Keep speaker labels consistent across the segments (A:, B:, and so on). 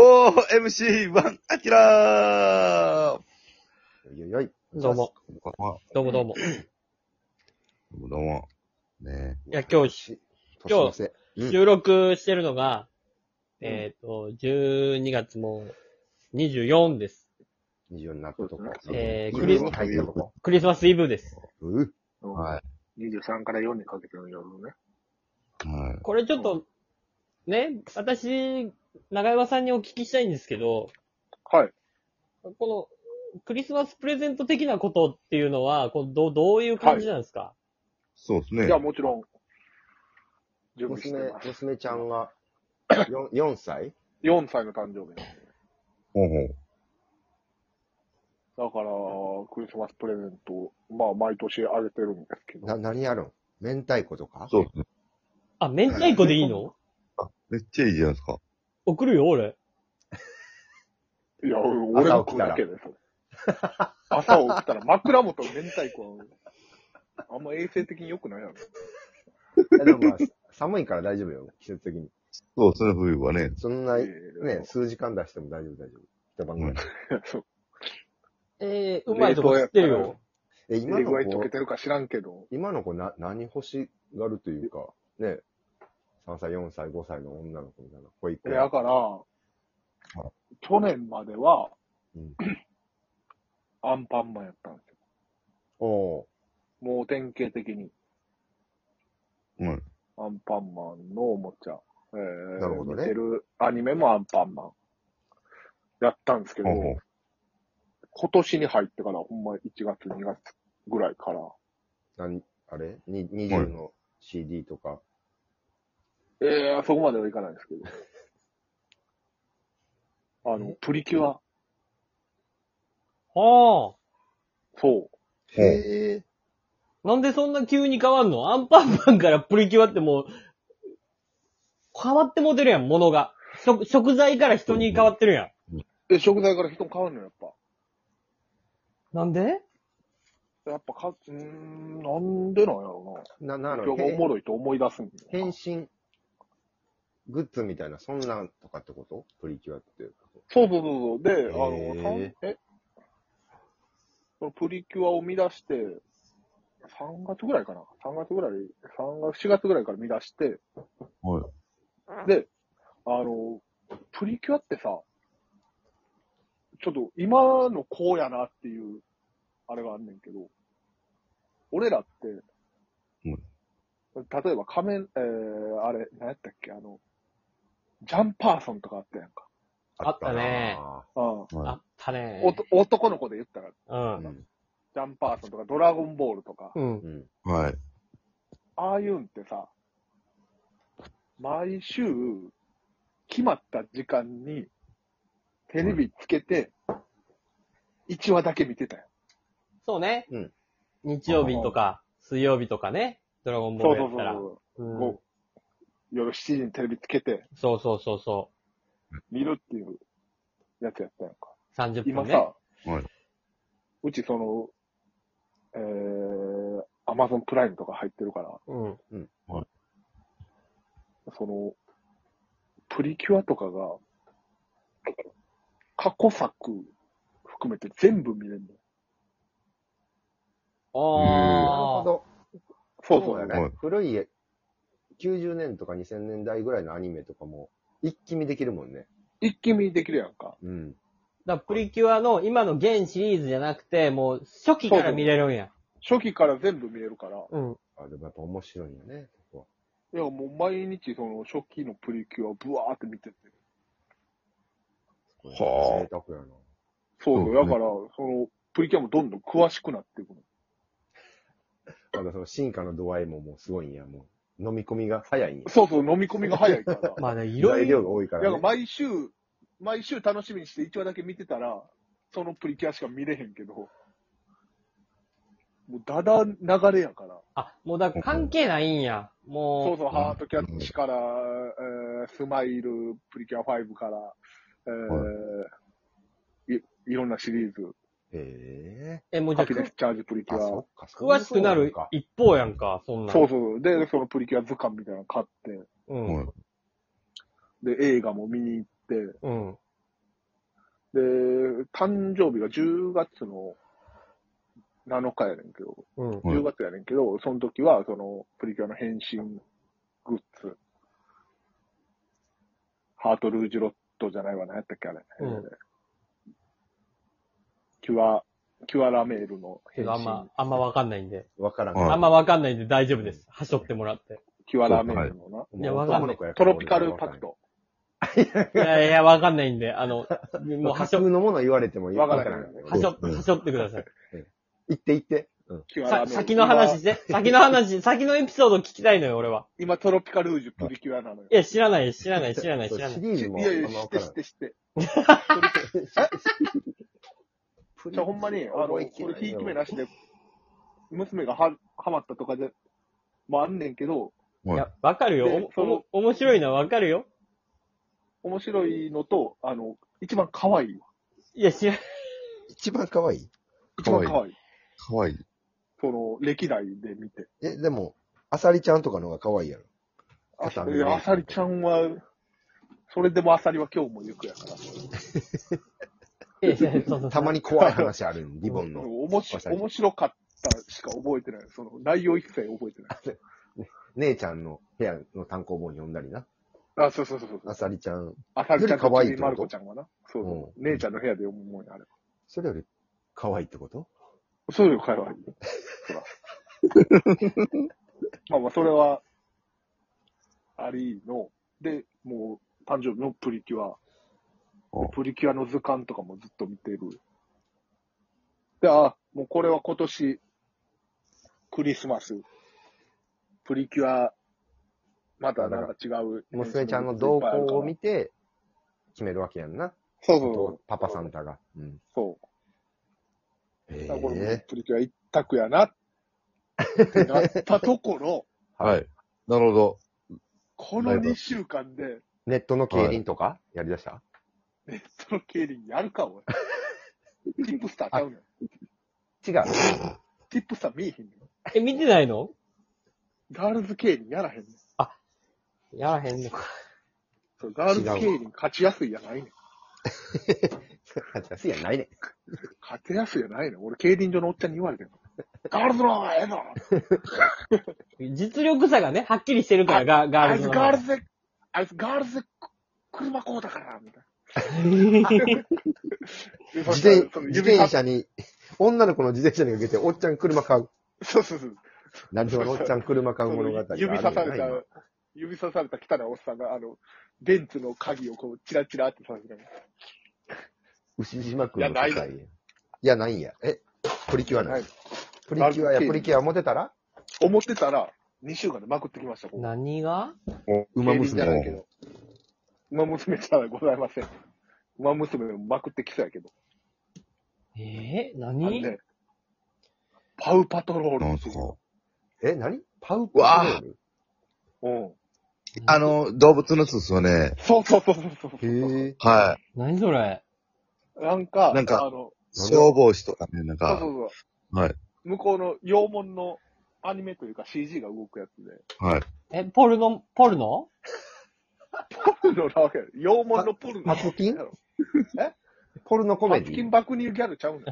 A: 4MC1 アキラー
B: よいよい。
C: どうも、
A: こんばんは
C: どうもどうも。
A: どうもどうも。ね
C: いや今日、
B: 年の瀬。
A: うん
C: 収録してるのが、
B: うん
C: えっ、と、12月も24です。
B: 24になったとこ。
C: えー
B: クリスマス入ったとこ。
C: クリスマスイブです。
B: うう。
A: は
D: 23から4にかけての夜のね。
A: い。はい。
C: これちょっと、ね、私、長山さんにお聞きしたいんですけど、
D: はい。
C: この、クリスマスプレゼント的なことっていうのは、こうどうどういう感じなんですか、
A: そうですね。
D: いや、もちろん、準備して
B: 娘
D: ま、す。
B: 娘ちゃ んが 4, 4歳
D: 4歳の誕生日なんで
A: ほうほう。
D: だから、クリスマスプレゼントを、まあ、毎年あげてるんですけど。
B: な、何やるん明太子とか
A: そうですね。
C: あ、明太子でいいの
A: めっちゃいいじゃないですか。
C: 送るよ、俺。
D: いや、俺
B: 朝
D: の
B: 起
D: 子
B: きたら
D: だけで、それ。朝起きたら、枕元明太子は、あんま衛生的に良くないやろ。
B: いやでもまあ、 寒いから大丈夫よ。季節的に。
A: そうですね、冬はね。
B: そんな、
D: え
B: ね、
D: ー
B: 数時間出しても大丈夫、大丈夫。一晩ぐらい
D: そう。
C: えー、うまいとこ知ってる
D: 冷凍やっ
C: よ。
B: え、今
D: 入れ
B: の
D: 具合溶け
B: 子
D: て、るか知らんけど。
B: 今の子な、何欲しがるというか、ね、3歳、4歳、5歳の女の子みたいな、保育
D: えだ
B: 園。
D: から、去年までは、
B: うん
D: アンパンマンやったんですよ。
B: おー
D: もう典型的に。
A: はい。
D: アンパンマンのおもちゃ。えー、
B: なるほどね
D: 見てるアニメもアンパンマン。やったんですけど、
A: ほうほう。
D: 今年に入ってから、ほんま1月、2月ぐらいから、
B: 何、あれに
A: はい
B: ?20 の CD とか。
D: えー、そこまではいかないですけど。あの、プリキュア。
C: は
D: そう。
A: ほう
B: へえ。
C: あ。なんでそんな急に変わんのアンパンマンからプリキュアってもう、変わってもてるやん、物が。食食材から人に変わってるやん。
D: え、食材から人変わるのやっぱ。
C: なんで
D: やっぱか、うーん、なんでなんやろうな。
B: な、なる
D: 今
B: ほ
D: 日が
B: ど。
D: おもろいと思い出すんだ
B: 変身グッズみたいな、そんなんとかってことプリキュアっていうこと。
D: そうそうそうそう。で、あ
B: へー
D: の、さんえこのプリキュアを見出して、3月ぐらいかな ?3 月ぐらい、3月、4月ぐらいから見出して、
A: はい。
D: あの、プリキュアってさ、ちょっと今のこうやなっていう、あれがあんねんけど、俺らって、例えば仮面、えー、あれ、何やったっけ、あの、ジャンパーソンとかあったやんか。
C: あったね
B: あ
D: うん。
C: あ
A: は
C: ったね。
D: おと男の子で言ったら、
C: う。
B: ったなん
D: ジャンパーソンとか、ドラゴンボールとか、
C: うん
B: う。ん。
A: い。はい。
D: ああいうんってさ、毎週、決まった時間に、テレビつけて、1話だけ見てたよ。
C: そうね。
B: うん
C: 日曜日とか、水曜日とかね。ドラゴンボ
D: そ
C: ール
D: うそ
C: や
D: う
C: ったら。
D: そうう。
C: ん
D: こう夜7時にテレビつけて、
C: そうそうそうそ
D: 見るっていうやつやったやんか。
C: う。30
D: 今
C: 分
D: さ、
C: ね。
A: はいう
D: ちその、えー、アマゾンプライムとか入ってるから、
C: うん。
D: その、プリキュアとかが、過去作含めて全部見れるの。
B: なるほ
C: ああ。
B: ど。
D: そう
B: そう
D: そう
B: だ
A: は
B: ね
A: い。
B: 古い、90年とか2000年代ぐらいのアニメとかも、一気見できるもんね。
D: 一気見できるやんか。
B: うん。
C: だからプリキュアの今の現シリーズじゃなくて、もう初期から見れるんや。
D: 初期から全部見えるから、
C: うん。
B: あ、でもやっぱ面白いよね、そこは。
D: いやもう毎日その初期のプリキュアブワーって見てて。
A: はあ
B: 贅沢
D: そう
B: やな。
A: そ
D: そう
A: ね
D: う。だから、その、プリキュアもどんどん詳しくなっていくの。
B: まだその進化の度合いももうすごいんや、もう。飲み込みが早いんや。
D: そうそう、飲み込みが早いから。だ
C: まあね、いろ
B: 材
C: いろ。
B: 料が多いか
D: からら
B: ね。
D: 毎週、毎週楽しみにして1話だけ見てたら、そのプリキュアしか見れへんけど、もうだだ流れやから。
C: あ、もうだから関係ないんや。
D: そう
C: も
D: そう、ハートキャッチから、えースマイル、プリキュア5から、えーい、いろんなシリーズ、
B: へ
C: う、
B: え。
C: え、もうじゃ
D: ハ
C: あ
D: ピネスチャージプリキュ
B: あ、
D: ア。
B: そっか。そういう
C: 詳しくなる
B: ことんか
C: 一方やんか、そんなん。
D: そうそう。で、そのプリキュア図鑑みたいなの買って、
C: う
A: い。
C: ん。
A: は
D: で、映画も見に行って、
C: うん。
D: で、誕生日が10月の7日やねんけど、
C: うん。
A: はい
D: 10月やねんけど、その時は、その、プリキュアの変身グッズ、ハートルージュロットじゃないわ、何やったっけ、あれ。
C: うん
D: キュア、キュアラメールの
C: け
D: 変
C: どあん
D: 身
C: ま、、あんまわかんないんで。
B: わからん
A: はい
C: あんまわかんないんで大丈夫です。はしょってもらって。
D: キュアラメールのな、
C: いやわかんない
D: トロピカルパク。ト。
C: いやいや、わかんないんで、あの、も
B: も
C: う
B: う
C: は
B: は
C: し
B: し
C: ょ、
B: のもの言われても
D: わから
B: わ
D: ん
B: からん。
C: はしょ、
A: うん
C: はしょってください。
B: 行って行って。うん。
D: キュアラ
C: さ
D: メール。
C: 先の話
D: 今。
C: して、先の話、先のエピソード聞きたいのよ、俺は。
D: 今トロピカルージュプリキュアなのよ。
C: いや、知らない、知らない、知らない、
B: そ
C: 知
B: う
C: らな
B: シ
C: い。
B: リーズも
D: いやいや、
B: あんま
D: 知っ
B: わ
D: て
B: から
D: 知
B: ん
D: っ。て知って。
B: プリ
D: じゃあほんまに、あの、これ、ひいき目なしで、娘がは、はまったとかで、もあんねんけど、
C: い
A: はい
C: や、わかるよ。
D: で
C: お、
D: そ
C: お
D: の、
C: 面白いのはわかるよ。
D: 面白いのと、あの、一番可愛いわ。
C: いや、知ら、
B: 一番可愛い。
D: 一番
A: かわ
D: 可愛い。
A: かわいい。
D: その、歴代で見て。
B: え、でも、アサリちゃんとかの方が可愛いやろ。
D: あ
B: 肩
D: い
B: 身
D: や、
B: ね
D: アサリちゃんは、それでもアサリは今日も行くやから。
C: いやいやその
B: たまに怖い話あるん、リボンの。
D: 面
B: アサ
D: 白
B: リ
D: 面白かったしか覚えてない。その、内容一切覚えてない。
B: 姉ちゃんの部屋の単行本読んだりな。
D: あ、そうそうそうそう。
B: アサリちゃん。
D: アサリちゃんと
B: より可愛い
D: ち
B: っ
D: び
B: てこと
D: まる子ちゃんはな。そうそう。姉ちゃんの部屋で読むもんや、あれ。
B: それより可愛いってこと
D: そうよ、会話。そら まあまあ、それは、ありの、で、もう、誕生日のプリキュア
A: お。
D: プリキュアの図鑑とかもずっと見てる。で、あ、もうこれは今年、クリスマス、プリキュア、またなんか違う。
B: 娘ちゃんの動向を見て、決めるわけやんな。
D: そうそうそう。
B: パパサンタが。うん。
D: そう。
B: え
D: だからこれもうプリキュア一択やなってなったところ、
A: はい。なるほど。
D: この2週間で
B: ネットの競輪とかやりだした、
D: ネットの競輪やるか、お い。チップスターちゃうねん。
B: 違う。
D: チップスター見えへんねん。
C: え、見てないの
D: ガールズ競輪やらへんねん。
C: やらへんのか。
D: そうガールズ競輪勝ちやすいやないねん。
B: 勝ちやないね。
D: 勝てやすいやないねん。俺競輪場のおっちゃんに言われてんの。ガールズの方がええの
C: 実力差がね、はっきりしてるから、ガガ
D: あ
C: ール
D: いつ
C: ズの。
D: ガールズで、あいつガールズで車こうだから、みたいな。
B: 自転
D: その、
B: 自
D: 指さ
B: 転車に、女の子の自転車に受けて、おっちゃん車買う。
D: そうそうそう。
B: 何のおっちゃん車買う物語があるんや
D: 指
B: な
D: さされた
B: 今、
D: 指さされた汚いおっさんが、あの、ベンツの鍵をこう、チラチラってさせて、
B: 牛島君の
D: いやない
B: いや、ないんや。え、プリキュアな
D: はい
B: い。プリキュア
D: ガ
B: や、
D: ールズ
B: プリキュア持てたら
D: 思ってたら、2週間でまくってきました、ここ。
C: 何が
B: 馬
D: 競輪じゃない
B: 娘
D: けど。馬娘じゃない、ございません。馬娘もまくってきそうやけど。
C: えー、
D: あの
C: 何
D: ね、パウパトロール。
A: なんすか。
B: え、何パウ
A: うわ
B: パトロール
D: うん。
A: あの、動物のやつですよね。
D: そうそうそうそうそう
B: へえ。
A: は
C: 何それ
D: なんか、
A: なんか
D: あの、
A: い。消防士とかね、なん
D: そう
A: か
D: そ、うそう。
A: はい。
D: 向こうの洋門のアニメというか CG が動くやつで。
A: はい。
C: え、ポルノ、ポルノ
D: ポルノなわけやろ洋門のポルノ。
B: パツキン
D: やろ
B: ポルノコメ
D: パ
B: デ
D: ツキン
B: ィ
D: 爆乳ギャルちゃうねん。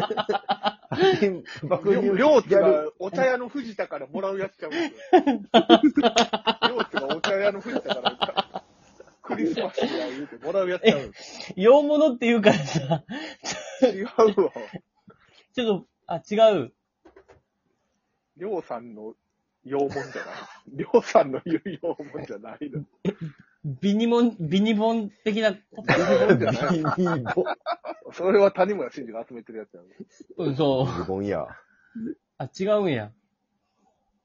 B: パツキン、爆
D: りょ
B: 乳
D: りょうつ
B: ギャル
D: がお茶屋の藤田からもらうやつちゃうんですよ。りょうつがお茶屋の藤田からクリスマスや言うてもらうやつちゃうんです
C: 洋物って言うからさ、
D: よ。違うわ。
C: ちょっと、あ、違う。
D: りょうさんの洋文じゃない。りょうさんの言う洋文じゃないの。
C: ビニモン、ビニボン的な、
D: じゃない
B: ビーボ
D: それは谷村新司が集めてるやつやろ。
C: うんそう。
B: ン。ズボンや。
C: あ、違うんや。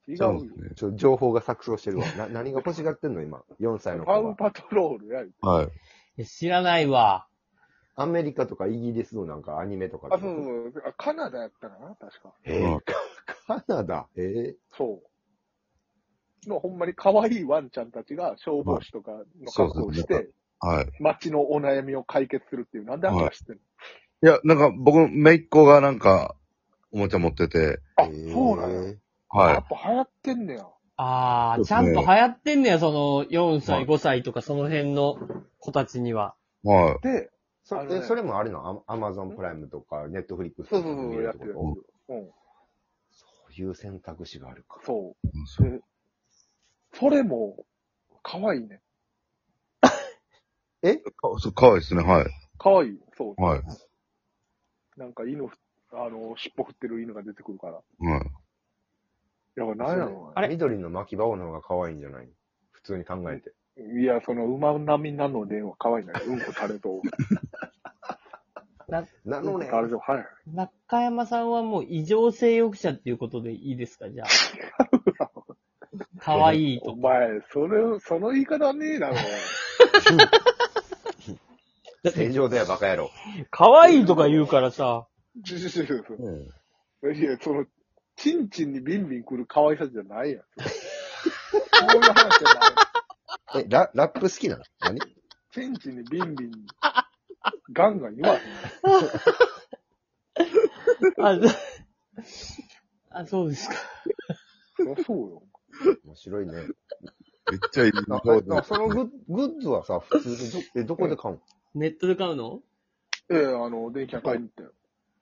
D: 違
A: そう
D: う
A: で
D: よ。
A: すね。
B: ちょ、情報が錯綜してるわ。な、何が欲しがってんの今。4歳の子
D: パウ
B: は。
D: パトロールや。
A: はい。
C: いや知らないわ。
B: アメリカとかイギリスのなんかアニメとかで。
D: あ、そうそうそう。あカナダやったかな確か。
B: えーカナダ。えー
D: そう。の、ほんまに可愛いワンちゃんたちが消防士とかの格好をし
A: そうそう
D: て、
A: はい。
D: 街のお悩みを解決するっていう、なんであんな話してんの、
A: いや、なんか僕、めいっ子がなんか、おもちゃ持ってて、
D: あ、
B: えー
D: そうなんや。や
A: は
D: っぱ流行ってんねや。
C: あ
A: そう
C: ー、
A: で
C: ち
A: す
C: ゃ
A: ね
C: んと流行ってんねや、その、4
A: は
C: 歳、
A: い
C: 5歳とかその辺の子たちには。
A: い。は
D: で、
B: そ
D: あのね
B: えそれもあるのアマゾンプライムとか、ネットフリックス
D: そう
B: と
D: そ
B: か
D: う
B: 見
D: そう、
B: れる
D: や
B: っ
D: っててる
B: こ
A: こと。
D: うん。
B: とそういう選択肢があるか。
D: そ
A: そう
D: う。それも、可愛いね。
A: かそうかわいいですね。はい。
D: 可愛い。そ
A: はい。
D: う。なんか犬ふ、あの、尻尾振ってる犬が出てくるから。
A: はい。
D: いや、これ何やろ
C: あれ
B: 緑の巻き場の方が可愛いんじゃない普通に考えて。
D: な。いや、その、馬並みなのでは可愛いな。うんこされ と。
B: な
D: うん
B: の
D: こ
B: ね
D: さ、れと、はい。
C: 中山さんはもう異常性欲者っていうことでいいですかじゃあ。かわいい
D: お
C: と。
D: 前、それ、その言い方ねえだろ。
B: 正常だよ、バカ野郎。
C: かわいいとか言うからさ。
D: ちょちょちょち
B: うん
D: ょいや、その、チンチンにビンビン来る可愛さじゃないやん。 そういう話じゃない。
B: え、ララップ好きなの何
D: チンチンにビンビン、ガンガン言わへん。
C: あ、そ あそうですか。
D: そりゃそうよ。
B: 面白いね。
A: めっちゃいい
B: な
A: な。
B: えなそのグッグッズはさ、普通でど、え、どこで買うの
C: ネットで買うの
D: ええあの、電気屋買いに行ったよ。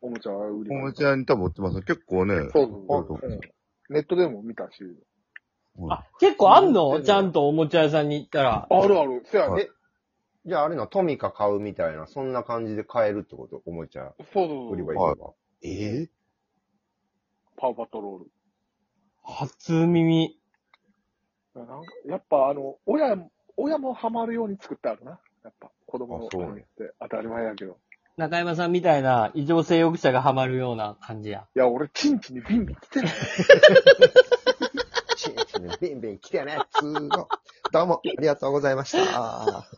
D: おもちゃ売り
A: お
D: 場
A: もちゃに多分売ってますね。結構ね。
D: そう
A: あ
D: そう、うん。ネットでも見たし。
A: はい
C: あ、結構あん
B: う
C: の
B: ん
C: ちゃんとおもちゃ屋さんに行ったら。
D: あるある。せや
B: はい
D: ね。
B: じゃああれな、トミカ買うみたいな、そんな感じで買えるってことおもちゃ
D: そうそう
B: 売り
D: そ
B: 場
D: う。
B: 行けば。え え
D: パワーパトロ
C: 初耳。
D: ール。なんかやっぱあの、親、親もハマるように作ってあるな。やっぱ、子供の
B: あそう
D: 時って当たり前やけど。
C: 中山さんみたいな異常性欲者がハマるような感じや。
D: いや、俺、チンチンにビンビン来てない。
B: チンチンビンビン来てね、つーの。どうも、ありがとうございました。